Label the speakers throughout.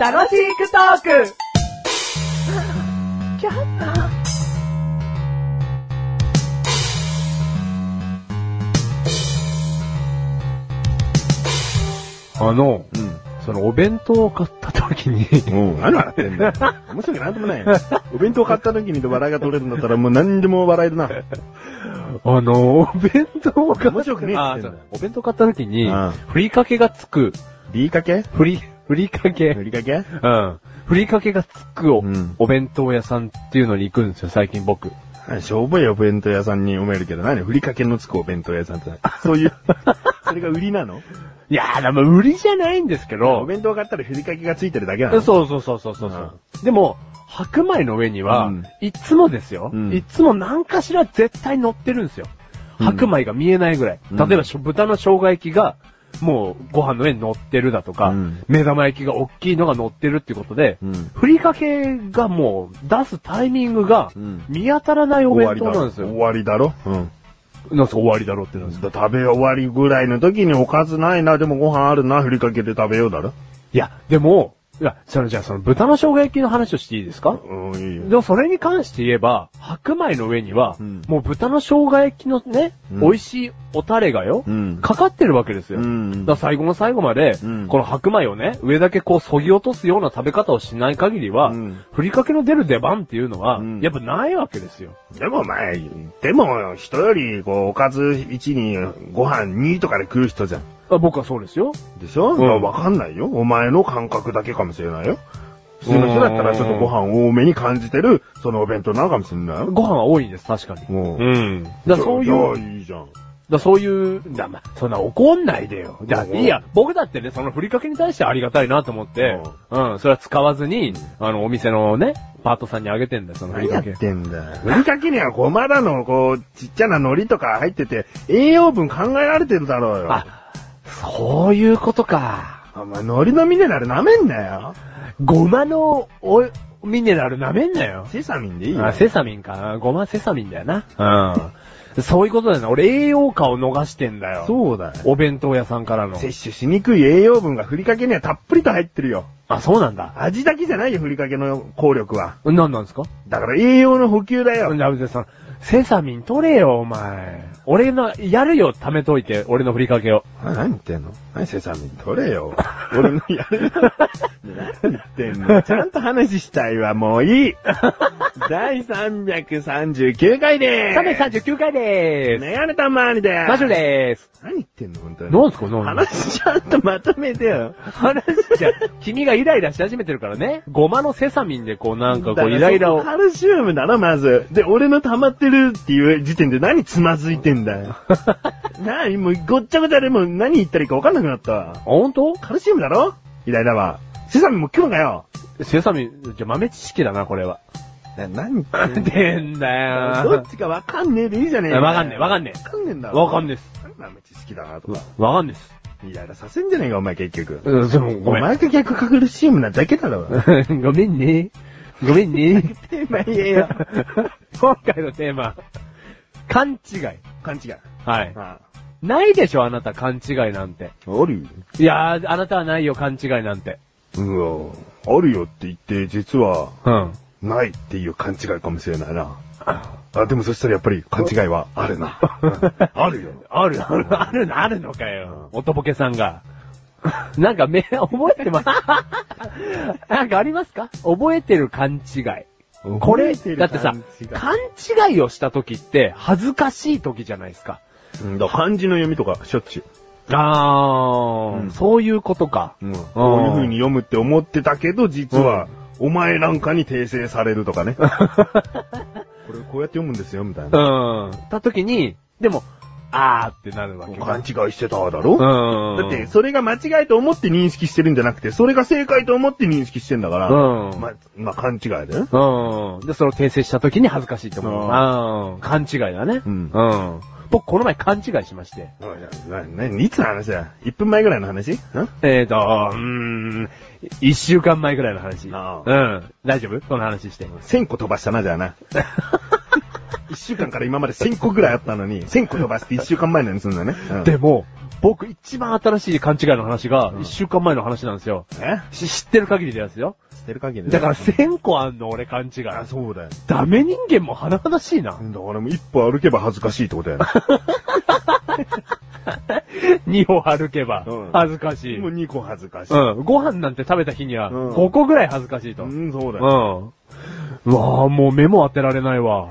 Speaker 1: 楽しくトーク
Speaker 2: あの、
Speaker 3: うん。
Speaker 2: そのお弁当を買った時に、
Speaker 3: うん、何笑ってんだよ。面白くなんでもないよ。お弁当買った時に笑いが取れるんだったらもう何でも笑えるな。
Speaker 2: あの、お弁当を買っ
Speaker 3: 面白くねえ
Speaker 2: あ
Speaker 3: って言
Speaker 2: そう
Speaker 3: ってんだよ
Speaker 2: お弁当買った時に
Speaker 3: うん、
Speaker 2: ふりかけがつく、
Speaker 3: りかけ
Speaker 2: ふり、ふりかけ、
Speaker 3: ふりかけ
Speaker 2: うん。ふりかけがつくお、
Speaker 3: うん
Speaker 2: お弁当屋さんっていうのに行くんですよ、最近僕。
Speaker 3: しょぼいお弁当屋さんに思えるけど、何ふりかけのつくお弁当屋さんって。そういう、それが売りなの
Speaker 2: いやー、でも売りじゃないんですけ
Speaker 3: お
Speaker 2: ど、
Speaker 3: 弁当買ったらふりかけがついてるだけな
Speaker 2: そう
Speaker 3: の
Speaker 2: そうそうそうそうそう、でも、白米の上には、
Speaker 3: うん
Speaker 2: いつもですよ、
Speaker 3: うん
Speaker 2: いつも何かしら絶対乗ってるんですよ。
Speaker 3: うん
Speaker 2: 白米が見えないぐらい。
Speaker 3: うん
Speaker 2: 例えばしょ、豚の生姜焼きが、もうご飯の上に乗ってるだとか、
Speaker 3: うん
Speaker 2: 目玉焼きが大きいのが乗ってるってことで、
Speaker 3: うん
Speaker 2: ふりかけがもう出すタイミングが
Speaker 3: うん
Speaker 2: 見当たらないお
Speaker 3: 終
Speaker 2: 弁
Speaker 3: わり
Speaker 2: 当
Speaker 3: だ
Speaker 2: なん
Speaker 3: ろ。
Speaker 2: ですよ。
Speaker 3: 終わりだろ。うん。
Speaker 2: なんすか終わりだろうってなんですか
Speaker 3: 食べ終わりぐらいの時におかずないな、でもご飯あるな、ふりかけで食べようだろ。
Speaker 2: いや、でも、いや、そのじゃあその豚の生姜焼きの話をしていいですか
Speaker 3: うん、いいよ。
Speaker 2: でもそれに関して言えば、白米の上には、
Speaker 3: うん
Speaker 2: もう豚の生姜焼きのね、
Speaker 3: うん
Speaker 2: 美味しいおタレがよ、
Speaker 3: うん。
Speaker 2: かかってるわけですよ。
Speaker 3: うん
Speaker 2: だから最後の最後まで、
Speaker 3: うん
Speaker 2: この白米をね、上だけこう削ぎ落とすような食べ方をしない限りは、
Speaker 3: うん
Speaker 2: ふりかけの出る出番っていうのは、
Speaker 3: うん
Speaker 2: やっぱないわけですよ。
Speaker 3: でもまあ、でも人より、こう、おかず1に、ご飯2とかで食う人じゃん。
Speaker 2: あ僕はそうですよ。
Speaker 3: でしょ、
Speaker 2: ん
Speaker 3: まあわかんないよ。お前の感覚だけかもしれないよ。普通の人だったらちょっとご飯多めに感じてる、そのお弁当なのかもしれないよ。
Speaker 2: ご飯は多いんです、確かに。
Speaker 3: もう。
Speaker 2: ん。だからそういう、
Speaker 3: いやいいじゃん。
Speaker 2: だそういう、だま、そんな怒んないでよ。じゃあ、
Speaker 3: うん
Speaker 2: いいや、僕だってね、そのふりかけに対してありがたいなと思って、うん、それは使わずに、あの、お店のね、パートさんにあげてんだよ、そのふり
Speaker 3: 何
Speaker 2: か
Speaker 3: や
Speaker 2: け。
Speaker 3: ってんだよ。ふりかけにはごまだの、こう、ちっちゃな海苔とか入ってて、栄養分考えられてるだろうよ。
Speaker 2: あ、そういうことか。
Speaker 3: お前、海苔のミネラル舐めんなよ。
Speaker 2: ごまの、お、ミネラル舐めんなよ。
Speaker 3: セサミンでいいよ。
Speaker 2: あ、セサミンか。ごまセサミンだよな。うん。そういうことだよな。俺栄養価を逃してんだよ。う。
Speaker 3: そうだよ。
Speaker 2: お弁当屋さんからの。
Speaker 3: 摂取しにくい栄養分がふりかけにはたっぷりと入ってるよ。
Speaker 2: あ、そうなんだ。
Speaker 3: 味だけじゃないよ、ふりかけの効力は。
Speaker 2: なんなんですか
Speaker 3: だから栄養の補給だよ。
Speaker 2: ラブゼさん、セサミン取れよ、お前。俺の、やるよ、貯めといて、俺のふりかけを。
Speaker 3: あ何言ってんの何セサミン取れよ。 俺のやる。何言ってん のちゃんと話したいわ、もういい。第339回でーす。
Speaker 2: 339回でーす。
Speaker 3: メガネたまわりでーす。
Speaker 2: マジでーす。
Speaker 3: 何言ってんの本当に。
Speaker 2: なんすか、なんすか
Speaker 3: 話ちゃんとまとめてよ。
Speaker 2: 話じゃ、 君がイライラし始めてるからね。ごまのセサミンでこう、なんかこ
Speaker 3: だか
Speaker 2: う、
Speaker 3: ら
Speaker 2: イライラ
Speaker 3: そ
Speaker 2: を
Speaker 3: こ。カルシウムだろ、まず。で、俺の溜まってるっていう時点で何つまずいてんだよ。なに、もうごっちゃごちゃでもう何言ったらいいか分かんなくなったわ。
Speaker 2: ほんと
Speaker 3: カルシウムだろイライラは。セサミンも今日だよ。
Speaker 2: セサミン、じゃ、豆知識だな、これは。
Speaker 3: な、何
Speaker 2: でんだ
Speaker 3: ど
Speaker 2: よ
Speaker 3: っちか分かんねえでいいじゃねえ
Speaker 2: ー。わかんねえ、わかんね
Speaker 3: わかんねえんだ
Speaker 2: え。わかんねえ
Speaker 3: ね
Speaker 2: っす。
Speaker 3: え。豆知識だなとか。
Speaker 2: わかんねえっす。
Speaker 3: イライラさせんじゃねえか、お前結局。
Speaker 2: うん、でも
Speaker 3: お
Speaker 2: ごめん。
Speaker 3: 前が逆カルシウムなだけだ ろ。
Speaker 2: ごめんね。ごめんね。
Speaker 3: まあ言えよ。
Speaker 2: 今回のテーマ、勘違い。
Speaker 3: 勘違い。
Speaker 2: はい。
Speaker 3: ああ
Speaker 2: ないでしょ、あなた、勘違いなんて。
Speaker 3: あるよ。
Speaker 2: いやー、あなたはないよ、勘違いなんて。
Speaker 3: うわあるよって言って、実は、
Speaker 2: うん。
Speaker 3: ないっていう勘違いかもしれないな。あ、でもそしたらやっぱり勘違いはあるな。あるよ。
Speaker 2: ある、ある、あるの、あるのかよ。おとぼけさん が。なんか、め、覚えてます。 なんかありますか覚えてる勘違い。これ、だってさ、勘違いをした時って、恥ずかしい時じゃないですか。
Speaker 3: うんだ漢字の読みとかしょっちゅう。
Speaker 2: あー、
Speaker 3: うん
Speaker 2: そういうことか。
Speaker 3: うんこういう風に読むって思ってたけど、実は、お前なんかに訂正されるとかね。これこうやって読むんですよ、みたいうな。
Speaker 2: ん。た時に、でも、あーってなるわけ
Speaker 3: 勘
Speaker 2: か。
Speaker 3: 違いしてただろ
Speaker 2: うん。
Speaker 3: だって、それが間違いと思って認識してるんじゃなくて、それが正解と思って認識してんだから、
Speaker 2: うん。
Speaker 3: ま、まあ、勘違いだよ。
Speaker 2: うん。で、それを訂正した時に恥ずかしいと思う。うん。勘違いだね。
Speaker 3: うん
Speaker 2: うん。僕、この前勘違いしまして。
Speaker 3: おいな、な、ないつの話だ ?1 分前ぐらいの話ん
Speaker 2: えーと、うーん、一週間前ぐらいの話。う
Speaker 3: あ
Speaker 2: ん。大丈夫この話して。
Speaker 3: 1000個飛ばしたな、じゃあな。一週間から今まで1000個ぐらいあったのに、1000個飛ばして一週間前のにするんだね。うん
Speaker 2: でも、僕一番新しい勘違いの話が
Speaker 3: う、ん
Speaker 2: 一週間前の話なんですよ。
Speaker 3: え
Speaker 2: し知ってる限りでやつよ。
Speaker 3: 捨てる限り
Speaker 2: だから
Speaker 3: せ
Speaker 2: 1000個あんの、俺勘違い。
Speaker 3: あ、そうだよ。
Speaker 2: ダメ人間も華々しいな
Speaker 3: だ。からもう一歩歩けば恥ずかしいってことやな。
Speaker 2: 2歩歩けば
Speaker 3: うん、
Speaker 2: 恥ずかしい。
Speaker 3: もう
Speaker 2: う
Speaker 3: 二個恥ずかしい。
Speaker 2: ん。ご飯なんて食べた日には、
Speaker 3: うん
Speaker 2: 5個ぐらい恥ずかしいと。
Speaker 3: う
Speaker 2: うん。
Speaker 3: ん、そうだ
Speaker 2: う
Speaker 3: よ。
Speaker 2: わぁ、もう目も当てられない わ。うん。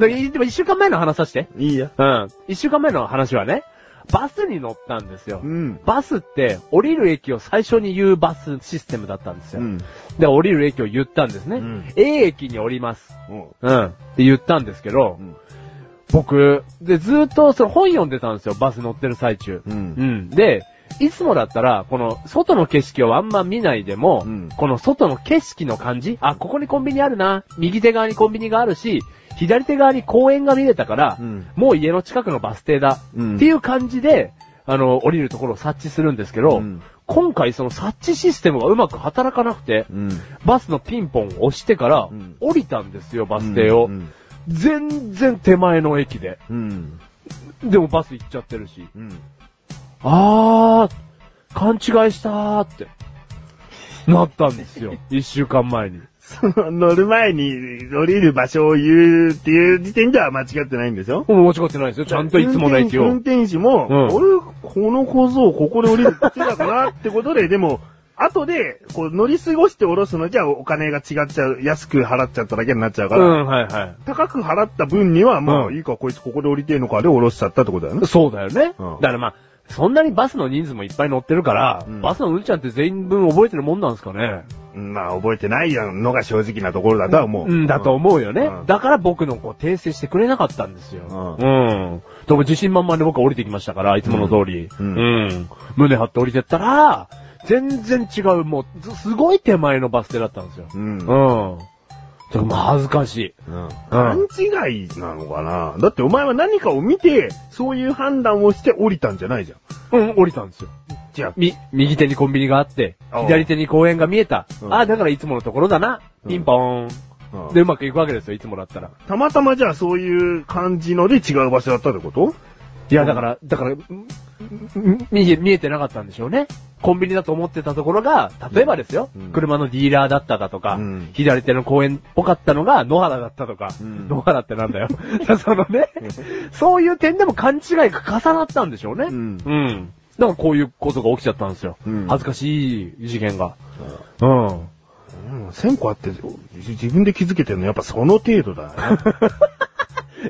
Speaker 2: だけどでも一週間前の話させて。
Speaker 3: いいや。
Speaker 2: うん。一週間前の話はね、バスに乗ったんですよ。
Speaker 3: うん。
Speaker 2: バスって、降りる駅を最初に言うバスシステムだったんです
Speaker 3: う
Speaker 2: よ。
Speaker 3: ん。
Speaker 2: で、降りる駅を言ったんですね。
Speaker 3: うん
Speaker 2: A 駅に降ります。
Speaker 3: うん
Speaker 2: うん。って言ったんですけど、
Speaker 3: うん
Speaker 2: 僕、で、ずーっとその本読んでたんですよ、バス乗ってる最中。
Speaker 3: う。
Speaker 2: うんん。で、いつもだったら、この、外の景色をあんま見ないでも、
Speaker 3: うん
Speaker 2: この外の景色の感じ、あ、ここにコンビニあるな、右手側にコンビニがあるし、左手側に公園が見れたから、
Speaker 3: うん
Speaker 2: もう家の近くのバス停だ、
Speaker 3: うん
Speaker 2: っていう感じで、あの、降りるところを察知するんですけど、
Speaker 3: うん
Speaker 2: 今回その察知システムがうまく働かなくて、
Speaker 3: うん。
Speaker 2: バスのピンポンを押してから
Speaker 3: うん、
Speaker 2: 降りたんですよ、バス停を。
Speaker 3: うん。
Speaker 2: 全然手前の駅で。
Speaker 3: うん。
Speaker 2: でもバス行っちゃってるし。
Speaker 3: うん。
Speaker 2: あー、勘違いしたーって、なったんです よ。一週間前に。
Speaker 3: その、 乗る前に降りる場所を言うっていう時点では間違ってないんでしょ
Speaker 2: もう間違ってないですよ。ちゃんといつもの駅
Speaker 3: 運
Speaker 2: を。
Speaker 3: 転手も、
Speaker 2: うん
Speaker 3: 俺、この小僧ここで降りるってだかなってことで、でも、 後で、こう、乗り過ごして降ろすのじゃお金が違っちゃう、安く払っちゃっただけになっちゃう
Speaker 2: う
Speaker 3: から、
Speaker 2: ん、はいは
Speaker 3: 高く払った分には、まあ、
Speaker 2: うん
Speaker 3: いいか、こいつここで降りてんのかで降ろしちゃったってことだよね
Speaker 2: い。。そうだよね。
Speaker 3: うん
Speaker 2: だからまあ、そんなにバスの人数もいっぱい乗ってるから、
Speaker 3: うん
Speaker 2: バスのうんちゃんって全員分覚えてるもんなんですかね。
Speaker 3: うんまあ、覚えてないのが正直なところだとは思う。
Speaker 2: うん、だと思うよね。
Speaker 3: うん
Speaker 2: だから僕のこう訂正してくれなかったんですよ。
Speaker 3: う
Speaker 2: うん。でも自信満々で僕は降りてきましたから、いつもの通り。
Speaker 3: うん
Speaker 2: うん胸張って降りてったら、全然違う、もう、ずすごい手前のバス停だったんですよ。
Speaker 3: うん。
Speaker 2: う。
Speaker 3: うんん。
Speaker 2: でも恥ずかしい。
Speaker 3: 勘違いなのかなだってお前は何かを見て、そういう判断をして降りたんじゃないじゃん。
Speaker 2: うん、降りたんですよ。
Speaker 3: じゃ
Speaker 2: み、右手にコンビニがあって、
Speaker 3: あ
Speaker 2: 左手に公園が見えた。
Speaker 3: うん
Speaker 2: あ、だからいつものところだな。
Speaker 3: うん
Speaker 2: ピンポーン。
Speaker 3: あ、
Speaker 2: で、
Speaker 3: で、
Speaker 2: うまくいくわけですよ、いつもだったら。
Speaker 3: たまたまじゃあそういう感じので違う場所だったってこと
Speaker 2: いや、だから、だから、んん見え、見えてなかったんでしょうね。コンビニだと思ってたところが、例えばですよ、
Speaker 3: うん
Speaker 2: 車のディーラーだっただとか、
Speaker 3: うん
Speaker 2: 左手の公園っぽかったのが野原だったとか、
Speaker 3: うん
Speaker 2: 野原ってなんだよ。 そのね、そういう点でも勘違いが重なったんでしょうね。
Speaker 3: うん
Speaker 2: うんだからこういうことが起きちゃったんですよ。
Speaker 3: うん
Speaker 2: 恥ずかしい事件が。うん。
Speaker 3: うん、1000個あって、自分で気づけてるのやっぱその程度だよね。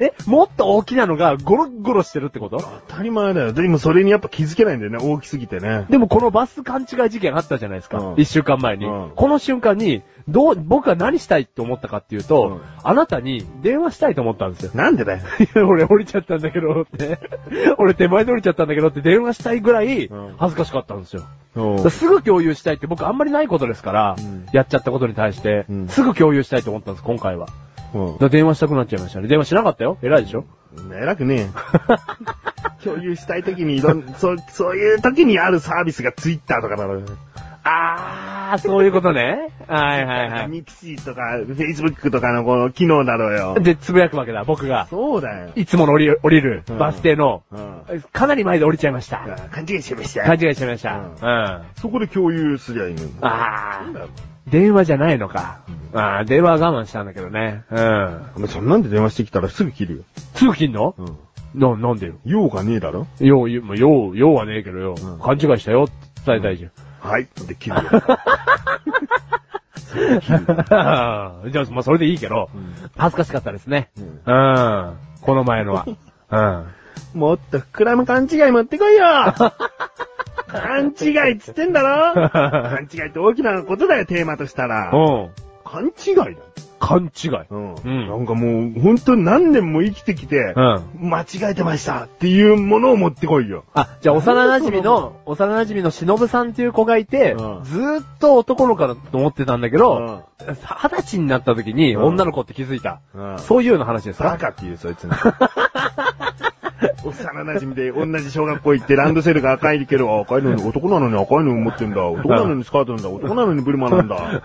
Speaker 2: え、もっと大きなのがゴロッゴロしてるってこと
Speaker 3: 当たり前だよ。でもそれにやっぱ気づけないんだよね、大きすぎてね。
Speaker 2: でもこのバス勘違い事件あったじゃないですか
Speaker 3: う。ん
Speaker 2: 一、週間前に、
Speaker 3: うん
Speaker 2: この瞬間に、どう、僕は何したいって思ったかっていうと、
Speaker 3: うん。
Speaker 2: あなたに電話したいと思ったんですよ
Speaker 3: なんでだよ。
Speaker 2: いや俺降りちゃったんだけどって。 俺手前で降りちゃったんだけどって電話したいぐらい
Speaker 3: うん
Speaker 2: 恥ずかしかったんですよ。だか
Speaker 3: う
Speaker 2: らすぐ共有したいって僕あんまりないことですから、
Speaker 3: うん
Speaker 2: やっちゃったことに対して、
Speaker 3: うん
Speaker 2: すぐ共有したいと思ったんです、今回は。だ
Speaker 3: ん
Speaker 2: から電話したくなっちゃいましたね。電話しなかったよ偉いでしょ
Speaker 3: 偉く ねえ。共有したいときにいろん、そう、そういうときにあるサービスがツイッターとかなのよ。
Speaker 2: あー、そういうことね。はいはいはい。
Speaker 3: ミクシーとか、フェイスブックとかのこの機能なのよ。
Speaker 2: で、つぶやくわけだ、僕が。
Speaker 3: そうだよ。
Speaker 2: いつもの降り降りる
Speaker 3: うん
Speaker 2: バス停の、
Speaker 3: うん。
Speaker 2: かなり前で降りちゃいました。
Speaker 3: 勘違いしてました。
Speaker 2: 勘違いしちゃいました。う
Speaker 3: うんん。そこで共有すりゃいいのに。
Speaker 2: あ
Speaker 3: なんだよ
Speaker 2: ー、電話じゃないのか。あー、電話は我慢したんだけどね。うん。
Speaker 3: お前そんなんで電話してきたらすぐ切るよ。
Speaker 2: すぐ切んの
Speaker 3: うん。
Speaker 2: な、なんでよ。
Speaker 3: 用がねえだろ
Speaker 2: よう、よう、ようようはねえけどよ。
Speaker 3: うん
Speaker 2: 勘違いしたよって伝えたいじゃん。
Speaker 3: はい。で、切る よ。
Speaker 2: じゃあ、まあ、それでいいけど、
Speaker 3: うん
Speaker 2: 恥ずかしかったですね。
Speaker 3: う
Speaker 2: うんん。この前の は。うん。
Speaker 3: もっと膨らむ勘違い持ってこいよ勘違いっつってんだろ勘違いって大きなことだよ、テーマとしたら。
Speaker 2: うん。
Speaker 3: 勘違いだよ。
Speaker 2: 勘違い。
Speaker 3: うん。
Speaker 2: ん
Speaker 3: なんかもう、本当に何年も生きてきて、
Speaker 2: うん。
Speaker 3: 間違えてましたっていうものを持ってこいよ。
Speaker 2: あ、じゃあ、幼馴染の、幼馴染のしのぶさんっていう子がいて、
Speaker 3: うん
Speaker 2: ずーっと男の子だと思ってたんだけど、二、十、歳になった時に
Speaker 3: うん
Speaker 2: 女の子って気づいた。
Speaker 3: うん。
Speaker 2: そういうの話です
Speaker 3: バ
Speaker 2: か
Speaker 3: カって言う、そいつ の。幼馴染で同じ小学校行ってランドセルが赤いけど、赤 いのに男なのに赤いの持ってんだ。男なのにスカートなんだ。男なのにブルマ なんだ。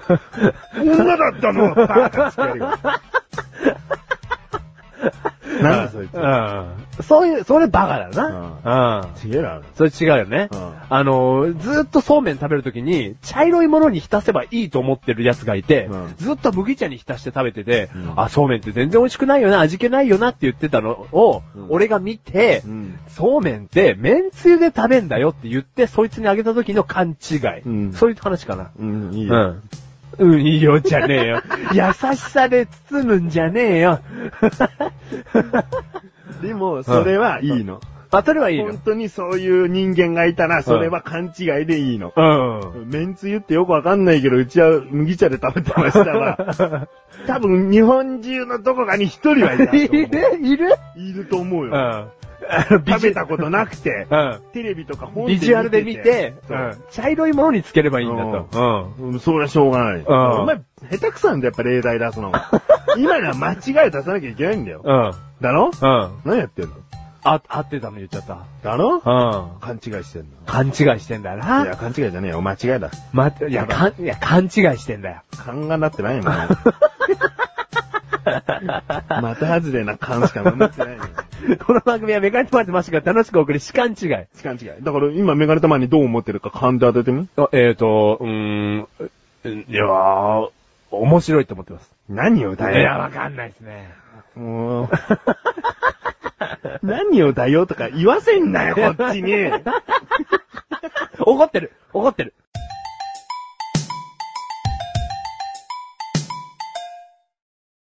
Speaker 3: 女だったのバカつけるよ。 なんだそいつ
Speaker 2: うん。そういう、それバカだよな。うん。
Speaker 3: ちげえな。
Speaker 2: それ違うよね。
Speaker 3: うん
Speaker 2: あのー、ずーっとそうめん食べるときに、茶色いものに浸せばいいと思ってるやつがいて、
Speaker 3: うん
Speaker 2: ずーっと麦茶に浸して食べてて、
Speaker 3: うん
Speaker 2: あ、そうめんって全然美味しくないよな、味気ないよなって言ってたのを、
Speaker 3: うん
Speaker 2: 俺が見て、
Speaker 3: うん。
Speaker 2: そうめんって、めんつゆで食べんだよって言って、そいつにあげた時の勘違い。
Speaker 3: うん
Speaker 2: そういう話かな。
Speaker 3: うん、いいよ。
Speaker 2: うん。うん、いいよ、じゃねえ よ。優しさで包むんじゃねえよ。
Speaker 3: でも、それはいいの。
Speaker 2: あ、それはいいよ
Speaker 3: 本。当にそういう人間がいたら、それは勘違いでいいの。
Speaker 2: うん。
Speaker 3: めんつゆってよくわかんないけど、うちは麦茶で食べてましたわ。 多分、日本中のどこかに一人はいたと思
Speaker 2: いるいる
Speaker 3: う。 いると思う
Speaker 2: う
Speaker 3: よ。
Speaker 2: ん。
Speaker 3: 食べたことなくて
Speaker 2: う、ん。
Speaker 3: テレビとか本
Speaker 2: ビジュアルで見て、
Speaker 3: そう
Speaker 2: うん茶色いものにつければいいんだと。
Speaker 3: うん、それはしょうがない。
Speaker 2: ん
Speaker 3: お前、下手くそなんだよやっぱ例題出すの。今のは間違い出さなきゃいけないんだよ。
Speaker 2: うん。うん。
Speaker 3: だ
Speaker 2: う
Speaker 3: ろ
Speaker 2: ん。
Speaker 3: 何やってんの
Speaker 2: あ、合ってたの言っちゃった。
Speaker 3: だろ
Speaker 2: うん。
Speaker 3: 勘違いしてんの。
Speaker 2: 勘違いしてんだよ
Speaker 3: いや、
Speaker 2: な。
Speaker 3: 勘違いじゃねえよ。間違いだ。
Speaker 2: ま、いや、かん、いや、勘違いしてんだよ。
Speaker 3: 勘がなって ないもん。また外れな勘しかなってないのよ。
Speaker 2: この番組はメガネとマルとマシュが楽しくお送り、主観違い。
Speaker 3: 勘違い。だから今メガネたまにどう思ってるか勘で当ててみ。
Speaker 2: あえーと、うーん、いやー、面白いと思ってます。
Speaker 3: 何を歌えよ。
Speaker 2: かんないですね。
Speaker 3: もう。何を歌えよとか言わせんなよ、こっちに。
Speaker 2: 怒ってる怒ってる